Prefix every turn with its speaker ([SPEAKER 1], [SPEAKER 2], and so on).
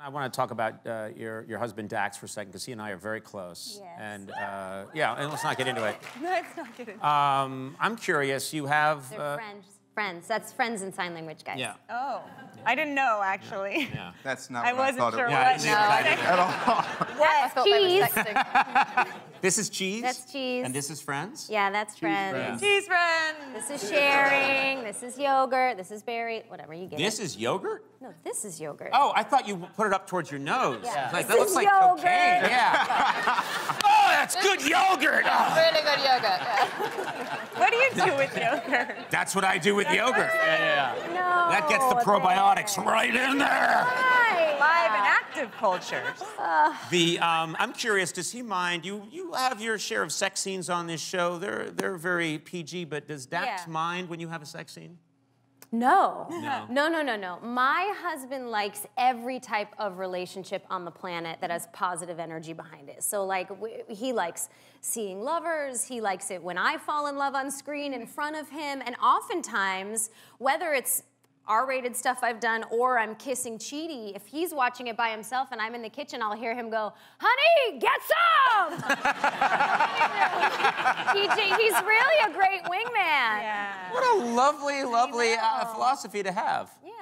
[SPEAKER 1] I want to talk about uh, your, your husband Dax for a second because he and I are very close.
[SPEAKER 2] Yes.
[SPEAKER 1] And uh, yeah, and let's not get into it.
[SPEAKER 2] Let's not get into
[SPEAKER 1] Um, I'm curious. You have
[SPEAKER 3] They're
[SPEAKER 1] uh,
[SPEAKER 3] friends. Friends. That's friends in sign language, guys.
[SPEAKER 1] yeah.
[SPEAKER 2] Oh, I didn't know, actually.
[SPEAKER 1] Yeah.
[SPEAKER 4] That's not
[SPEAKER 2] I
[SPEAKER 4] what I
[SPEAKER 2] wasn't
[SPEAKER 4] thought
[SPEAKER 2] sure
[SPEAKER 4] it
[SPEAKER 2] what.
[SPEAKER 4] was.
[SPEAKER 1] Yeah,
[SPEAKER 4] At all.
[SPEAKER 2] What?
[SPEAKER 3] Cheese.
[SPEAKER 1] This is cheese.
[SPEAKER 3] That's cheese.
[SPEAKER 1] And this is friends.
[SPEAKER 3] Yeah, that's friends.
[SPEAKER 4] friends.
[SPEAKER 2] Cheese friend.
[SPEAKER 3] This is sharing. This is yogurt. This is berry. Whatever you get.
[SPEAKER 1] This
[SPEAKER 3] it.
[SPEAKER 1] is yogurt.
[SPEAKER 3] no, this is yogurt.
[SPEAKER 1] Oh, I thought you put it up towards your nose.
[SPEAKER 3] Yeah.
[SPEAKER 1] Like,
[SPEAKER 3] This
[SPEAKER 1] that looks
[SPEAKER 3] is
[SPEAKER 1] like
[SPEAKER 3] yogurt.
[SPEAKER 1] cocaine. Yeah. oh, that's good yogurt. Ah,
[SPEAKER 5] Really good yoga.
[SPEAKER 2] What do you do with yogurt?
[SPEAKER 1] that's what I do with yogurt.
[SPEAKER 3] No.
[SPEAKER 1] That gets the probiotics right in there.
[SPEAKER 2] Live and active cultures.
[SPEAKER 1] The um, I'm curious. Does he mind? You you have your share of sex scenes on this show. They're they're very PG. But does Dax
[SPEAKER 3] Yeah.
[SPEAKER 1] mind when you have a sex scene?
[SPEAKER 3] No.
[SPEAKER 1] No.
[SPEAKER 3] No, no, no, no. My husband likes every type of relationship on the planet that has positive energy behind it. So, like, w- he likes seeing lovers. He likes it when I fall in love on screen in front of him. And oftentimes, whether it's R rated stuff I've done or I'm kissing Cheaty, if he's watching it by himself and I'm in the kitchen, I'll hear him go, Honey, get some! he, he's really a great wingman.
[SPEAKER 2] Yeah.
[SPEAKER 1] What a lovely, lovely uh,
[SPEAKER 3] know.
[SPEAKER 1] philosophy to have.
[SPEAKER 3] Yeah.